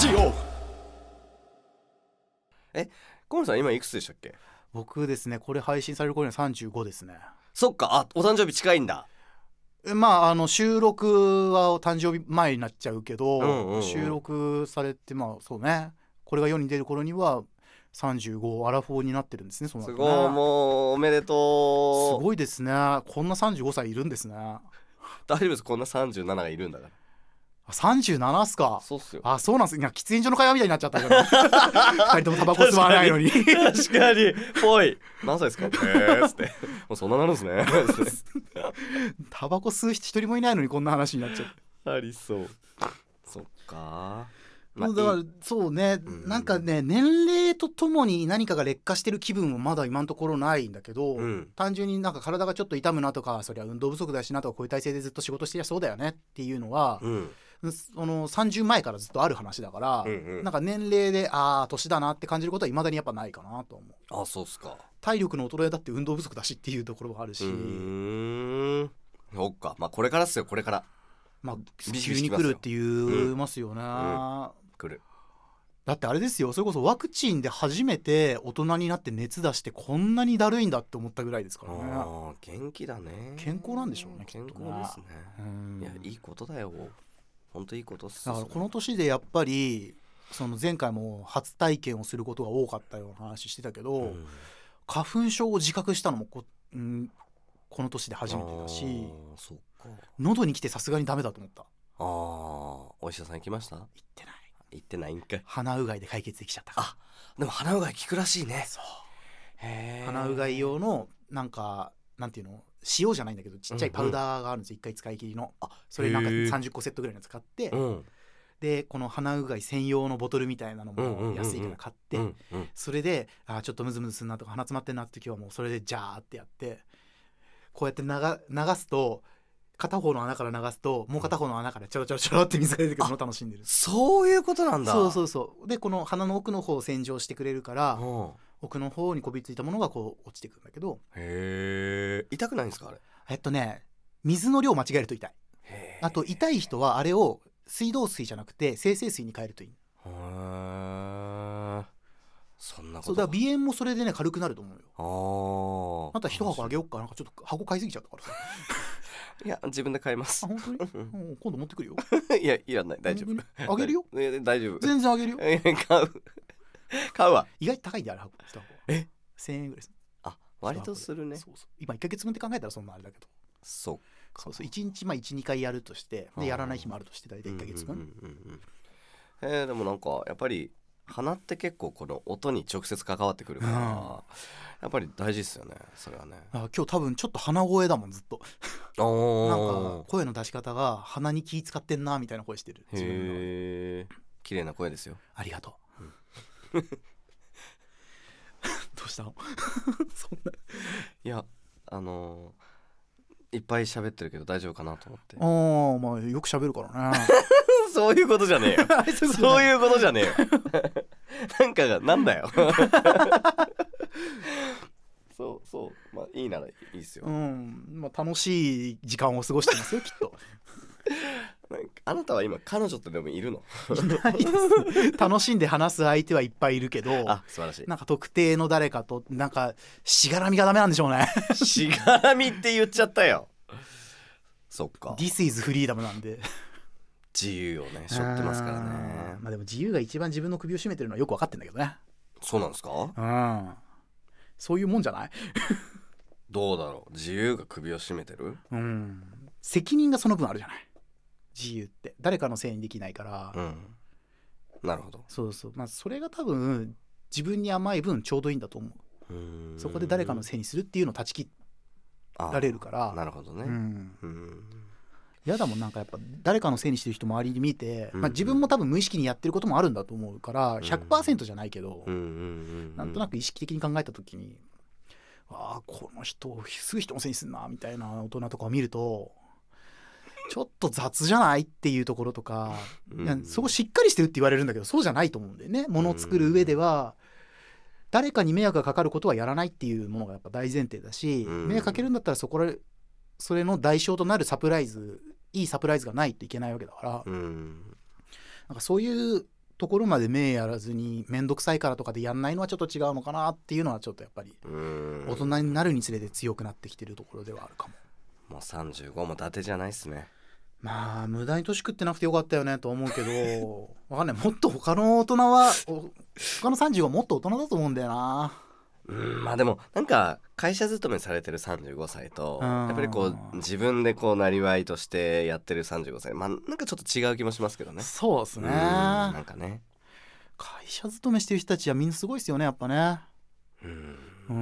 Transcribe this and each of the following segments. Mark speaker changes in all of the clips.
Speaker 1: ジオ
Speaker 2: 河野さん今いくつでしたっけ
Speaker 1: 僕ですねこれ配信される頃には35ですね
Speaker 2: そっかあお誕生日近いんだ
Speaker 1: えまああの収録はお誕生日前になっちゃうけど、
Speaker 2: うんうんうん
Speaker 1: 収録されてまあそうねこれが世に出る頃には35アラフォーになってるんですねその後
Speaker 2: す
Speaker 1: ね
Speaker 2: ごいもうおめでとう
Speaker 1: すごいですねこんな35歳いるんですねあ
Speaker 2: 大丈夫ですこんな37がいるんだか
Speaker 1: 37っす
Speaker 2: ら
Speaker 1: か
Speaker 2: そうっすよ
Speaker 1: あそうなんすいや喫煙所の会話みたい になっちゃったけど二人ともタバコ吸わないのに
Speaker 2: 確かにぽい何歳ですかえー、つってもうそんななるんですね
Speaker 1: タバコ吸う人一人もいないのにこんな話になっちゃう
Speaker 2: ありそうそっかまあ
Speaker 1: もうだか
Speaker 2: い
Speaker 1: ら
Speaker 2: い
Speaker 1: そうね、
Speaker 2: うん
Speaker 1: なんかね年齢とともに何かが劣化してる気分はまだ今のところないんだけど、
Speaker 2: うん
Speaker 1: 単純になんか体がちょっと痛むなとかそりゃ運動不足だしなとかこういう体勢でずっと仕事してりゃそうだよねっていうのは、
Speaker 2: うん
Speaker 1: その30前からずっとある話だから、
Speaker 2: うんうん
Speaker 1: なんか年齢でああ年だなって感じることはいまだにやっぱないかなと思う
Speaker 2: あそうっすか
Speaker 1: 体力の衰えだって運動不足だしっていうところはあるし、
Speaker 2: うーんそっかまあこれからっすよこれから
Speaker 1: まあ
Speaker 2: ビシ
Speaker 1: 急
Speaker 2: ビシ
Speaker 1: に
Speaker 2: きま
Speaker 1: 来
Speaker 2: すよ
Speaker 1: るって言いますよね、
Speaker 2: 来る
Speaker 1: だってあれですよそれこそワクチンで初めて大人になって熱出してこんなにだるいんだって思ったぐらいですからね
Speaker 2: あー元気だね
Speaker 1: 健康なんでしょうねきっと
Speaker 2: 健
Speaker 1: ね
Speaker 2: 康ですね
Speaker 1: うん
Speaker 2: いやいいことだよ本当いいことっす
Speaker 1: だからこの年でやっぱりその前回も初体験をすることが多かったような話してたけど、
Speaker 2: うん
Speaker 1: 花粉症を自覚したのもこ,、うん、この年で初めてだ
Speaker 2: あ
Speaker 1: し
Speaker 2: ーそっか
Speaker 1: 喉に来てさすがにダメだと思った
Speaker 2: あーお医者さん行きました
Speaker 1: 言ってない
Speaker 2: 行ってないんかい
Speaker 1: 鼻うがいで解決できちゃったから
Speaker 2: あでも鼻うがい効くらしいね
Speaker 1: そう
Speaker 2: へー
Speaker 1: 鼻うがい用のなんかなんていうの塩じゃないんだけどちっちゃいパウダーがあるんですよ、一回使い切りの
Speaker 2: あ
Speaker 1: それなんか
Speaker 2: へー
Speaker 1: 30個セットぐらいの使って、
Speaker 2: うん
Speaker 1: でこの鼻うがい専用のボトルみたいなの
Speaker 2: うんうんうんう
Speaker 1: も
Speaker 2: ん
Speaker 1: 安いから買って、
Speaker 2: うんうん
Speaker 1: それであーちょっとムズムズするなとか鼻詰まってんなって時はもうそれでジャーってやってこうやって流流すと片方の穴から流すともう片方の穴からちょろちょろちょろって水が出てくるのを楽しんでる。
Speaker 2: そういうことなんだ
Speaker 1: そうそううそうでこの鼻の奥の方を洗浄してくれるから
Speaker 2: ん
Speaker 1: 奥の方にこびりついたものがこう落ちてくるんだけど
Speaker 2: へえ痛くないんですかあれ
Speaker 1: えっとね水の量間違えると痛い
Speaker 2: へー
Speaker 1: あと痛い人はあれを水道水じゃなくて生成水に変えるといい
Speaker 2: へーそんな
Speaker 1: そ
Speaker 2: こ
Speaker 1: うだ
Speaker 2: と
Speaker 1: から鼻炎もそれでね軽くなると思うよ
Speaker 2: あー
Speaker 1: また一箱あげよっかなんかちょっと箱買いすぎちゃったからさ
Speaker 2: いや自分で買いま
Speaker 1: あ
Speaker 2: す
Speaker 1: 本当に、
Speaker 2: う
Speaker 1: うん今度持ってくるよ
Speaker 2: いやいらない大丈夫
Speaker 1: 本当にあげるよ
Speaker 2: いや大丈夫
Speaker 1: 全然あげるよ
Speaker 2: いや 買う買うわ
Speaker 1: 意外と高いんだよあれ箱一箱
Speaker 2: え
Speaker 1: 1000円ぐらいです
Speaker 2: あ割とするね
Speaker 1: そうそう今1か月分って考えたらそんなあれだけど
Speaker 2: そっか
Speaker 1: そうそう1日まあ12回やるとして
Speaker 2: あー
Speaker 1: でやらない日もあるとして大体1か月分、
Speaker 2: うんうんうんうんえーでもなんかやっぱり鼻って結構この音に直接関わってくるから、
Speaker 1: うん
Speaker 2: やっぱり大事ですよねそれはね
Speaker 1: あ今日多分ちょっと鼻声だもんずっとなん
Speaker 2: お
Speaker 1: か声の出し方が鼻に気使ってんなみたいな声してる自分の
Speaker 2: へえ綺麗な声ですよ
Speaker 1: ありがと う。どうしたの そんない
Speaker 2: やあのーいっぱい喋ってるけど大丈夫かなと思って
Speaker 1: あーまあよく喋るからね
Speaker 2: そういうことじゃねえよそういうことじゃねえ よなんかがなんだよ そうそうまあいいならいいですよ、
Speaker 1: うんまあ楽しい時間を過ごしてます よきっと
Speaker 2: なんかあなたは今彼女ってでもいるの
Speaker 1: いないです楽しんで話す相手はいっぱいいるけど
Speaker 2: あ素晴らしい
Speaker 1: なんか特定の誰かとなんかしがらみがダメなんでしょうね
Speaker 2: しがらみって言っちゃったよそっか
Speaker 1: This is freedom なんで
Speaker 2: 自由をね背負ってますから
Speaker 1: あー
Speaker 2: ね
Speaker 1: まあでも自由が一番自分の首を絞めてるのはよく分かってんだけどね
Speaker 2: そうなんですか
Speaker 1: うんそういうもんじゃない
Speaker 2: どうだろう自由が首を絞めてる
Speaker 1: うん責任がその分あるじゃない自由って誰かのせいにできないから、
Speaker 2: うんなるほど
Speaker 1: そうそうまあそれが多分自分に甘い分ちょうどいいんだと思う
Speaker 2: うーん
Speaker 1: そこで誰かのせいにするっていうのを断ち切
Speaker 2: あ
Speaker 1: られるから
Speaker 2: なるほど
Speaker 1: う
Speaker 2: ね
Speaker 1: ん
Speaker 2: うん
Speaker 1: 嫌だもんなんかやっぱ誰かのせいにしてる人周りに見て、
Speaker 2: うん
Speaker 1: まあ、自分も多分無意識にやってることもあるんだと思うから
Speaker 2: ん
Speaker 1: 100%じゃないけど、
Speaker 2: うんうんうん
Speaker 1: なんとなく意識的に考えた時にああこの人をすぐ人のせいにすんなみたいな大人とかを見るとちょっと雑じゃないっていうところとか
Speaker 2: うん
Speaker 1: いやそこしっかりしてるって言われるんだけどそうじゃないと思うんだよねものを作る上では誰かに迷惑がかかることはやらないっていうものがやっぱ大前提だし
Speaker 2: うん
Speaker 1: 迷惑かけるんだったらそこらそれの代償となるサプライズいいサプライズがないといけないわけだから
Speaker 2: うん
Speaker 1: なんかそういうところまで目やらずに面倒くさいからとかでやんないのはちょっと違うのかなっていうのはちょっとやっぱり
Speaker 2: うん
Speaker 1: 大人になるにつれて強くなってきてるところではあるかも。
Speaker 2: もう35も伊達じゃないっすね
Speaker 1: まあ無駄に年食ってなくてよかったよねと思うけど わかんないもっと他の大人はお他の35はもっと大人だと思うんだよな
Speaker 2: うんまあでもなんか会社勤めされてる35歳と
Speaker 1: うん
Speaker 2: やっぱりこう自分でこうなりわいとしてやってる35歳まあなんかちょっと違う気もしますけどね
Speaker 1: そうです
Speaker 2: うん
Speaker 1: ね
Speaker 2: なんかね
Speaker 1: 会社勤めしてる人たちはみんなすごいですよねやっぱね
Speaker 2: うん
Speaker 1: うー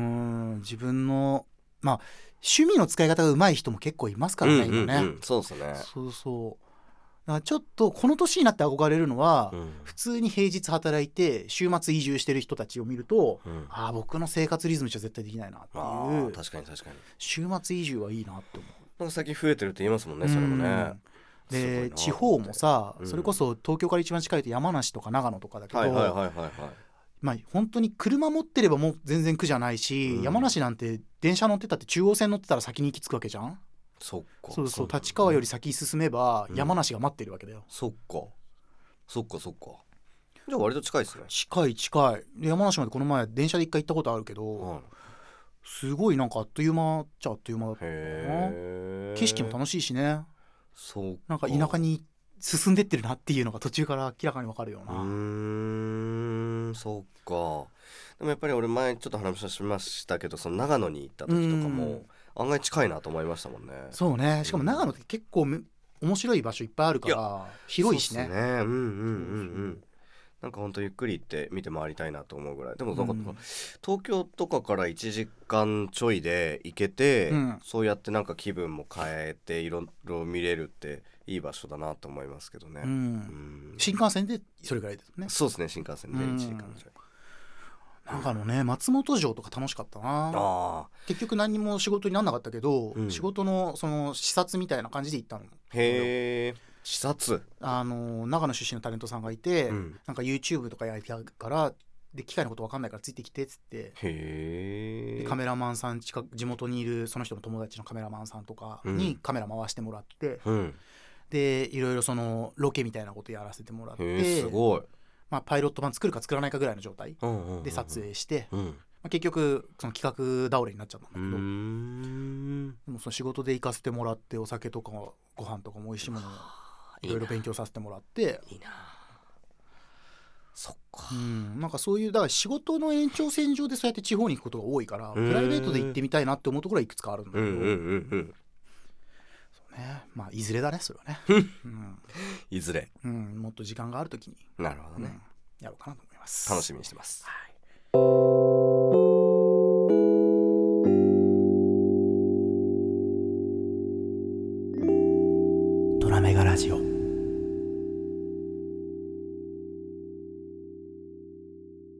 Speaker 1: ん自分のまあ趣味の使い方が上手い人も結構いますからね、
Speaker 2: うんう
Speaker 1: 今ね、
Speaker 2: んうんそうですね
Speaker 1: そうそうだからちょっとこの年になって憧れるのは、
Speaker 2: うん
Speaker 1: 普通に平日働いて週末移住してる人たちを見ると
Speaker 2: うん
Speaker 1: ああ僕の生活リズムじゃ絶対できないなって
Speaker 2: あ
Speaker 1: い
Speaker 2: ー
Speaker 1: う
Speaker 2: 確かに確かに
Speaker 1: 週末移住はいいなって思う
Speaker 2: なんか最近増えてるって言いますもんねそれもねすごい
Speaker 1: うん
Speaker 2: なと思っ
Speaker 1: で
Speaker 2: て
Speaker 1: 地方もさ、
Speaker 2: うん
Speaker 1: それこそ東京から一番近いと山梨とか長野とかだけど、
Speaker 2: はいはいはいはいはい
Speaker 1: まあ本当に車持ってればもう全然苦じゃないし、
Speaker 2: うん
Speaker 1: 山梨なんて電車乗ってたって中央線乗ってたら先に行き着くわけじゃん
Speaker 2: そっか
Speaker 1: そうそう立川より先進めば
Speaker 2: うん
Speaker 1: 山梨が待ってるわけだよ、
Speaker 2: そっかそっかそっかじゃあ割と近いですね
Speaker 1: 近い近いで山梨までこの前電車で一回行ったことあるけど、
Speaker 2: うん
Speaker 1: すごいなんかあっという間っちゃあっという間だった
Speaker 2: へえ
Speaker 1: 景色も楽しいしね
Speaker 2: そう
Speaker 1: なんか田舎に進んでってるなっていうのが途中から明らかにわかるよ
Speaker 2: う
Speaker 1: な、
Speaker 2: ーんそっかでもやっぱり俺前ちょっと話しましたけどその長野に行った時とか
Speaker 1: う
Speaker 2: も
Speaker 1: ん
Speaker 2: 案外近いなと思いましたもんね
Speaker 1: そうねしかも長野って結構め面白い場所いっぱいあるか
Speaker 2: い
Speaker 1: ら広いし
Speaker 2: そうっ
Speaker 1: ね
Speaker 2: すうんうんうんうんなんかほんとゆっくり行って見て回りたいなと思うぐらいでもなんか
Speaker 1: うん
Speaker 2: 東京とかから1時間ちょいで行けて、
Speaker 1: うん
Speaker 2: そうやってなんか気分も変えていろいろ見れるっていい場所だなと思いますけどね、
Speaker 1: う、
Speaker 2: うんん
Speaker 1: 新幹線でそれぐらいですね
Speaker 2: そうですね新幹線で
Speaker 1: うん
Speaker 2: 1時間ちょい、
Speaker 1: なんかあのね松本城とか楽しかったな
Speaker 2: ああ
Speaker 1: 結局何にも仕事にならなかったけど、
Speaker 2: うん
Speaker 1: 仕事のその視察みたいな感じで行ったの
Speaker 2: へえ視察、
Speaker 1: あの長野出身のタレントさんがいて、
Speaker 2: うん
Speaker 1: なんか YouTube とかやりたいからで機械のこと分かんないからついてきてっつって
Speaker 2: へ
Speaker 1: で
Speaker 2: え
Speaker 1: カメラマンさん近く地元にいるその人の友達のカメラマンさんとか
Speaker 2: うん
Speaker 1: にカメラ回してもらって、
Speaker 2: うん
Speaker 1: でいろいろそのロケみたいなことやらせてもらっ
Speaker 2: へ
Speaker 1: て
Speaker 2: えすごい、
Speaker 1: まあ、パイロット版作るか作らないかぐらいの状態
Speaker 2: うんうんうん
Speaker 1: で撮影して、
Speaker 2: うんう
Speaker 1: まあ、結局その企画倒れになっちゃったんだけ
Speaker 2: ー
Speaker 1: ど、
Speaker 2: ん
Speaker 1: でもその仕事で行かせてもらってお酒とかご飯とかも美味しいものをいろいろ勉強させてもらって
Speaker 2: いいなそっか
Speaker 1: うん、なんかそういうだから仕事の延長線上でそうやって地方に行くことが多いか
Speaker 2: う
Speaker 1: ら
Speaker 2: ん
Speaker 1: プライベートで行ってみたいなって思うところはいくつかあるんだけ
Speaker 2: う
Speaker 1: ど、
Speaker 2: んうんうんうん
Speaker 1: そうね、まあいずれだねそれは ね、うん
Speaker 2: いずれ
Speaker 1: うん、もっと時間がある時に、
Speaker 2: なるほど
Speaker 1: うん
Speaker 2: ね、
Speaker 1: やろうかなと思います
Speaker 2: 楽しみにしてます
Speaker 1: トラメガラジオ